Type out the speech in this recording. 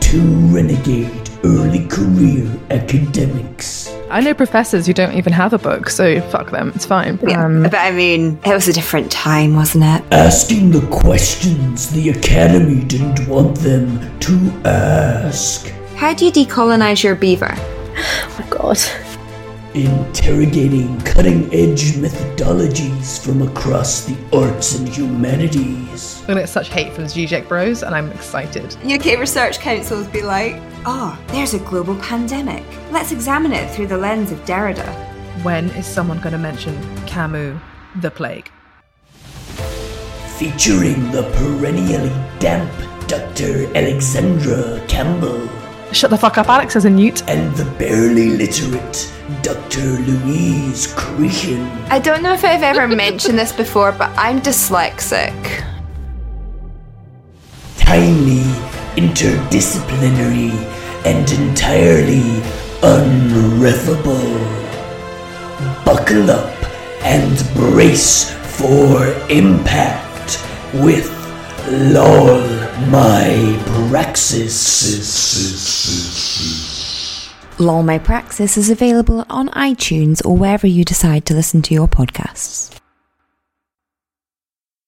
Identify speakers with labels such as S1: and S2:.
S1: two renegade early career academics.
S2: I know professors who don't even have a book, so fuck them. It's fine.
S3: Yeah,
S2: Um,
S3: but I mean, it was a different time, wasn't it?
S1: Asking the questions the Academy didn't want them to ask.
S3: How do you decolonize your beaver?
S4: Oh my god.
S1: Interrogating cutting edge methodologies from across the arts and humanities.
S2: we're gonna get such hate from the GJEC bros, and I'm excited.
S3: UK Research Councils be like, oh, there's a global pandemic. Let's examine it through the lens of Derrida.
S2: When is someone gonna mention Camus, the plague?
S1: Featuring the perennially damp Dr. Alexandra Campbell
S2: Shut the fuck up, Alex, as a newt.
S1: and the barely literate Dr. Louise Crean.
S3: I don't know if I've ever mentioned this before, but I'm dyslexic.
S1: tiny, interdisciplinary, and entirely unreffable. Buckle up and brace for impact with LOL My Praxis.
S5: Lol My Praxis is available on iTunes or wherever you decide to listen to your podcasts.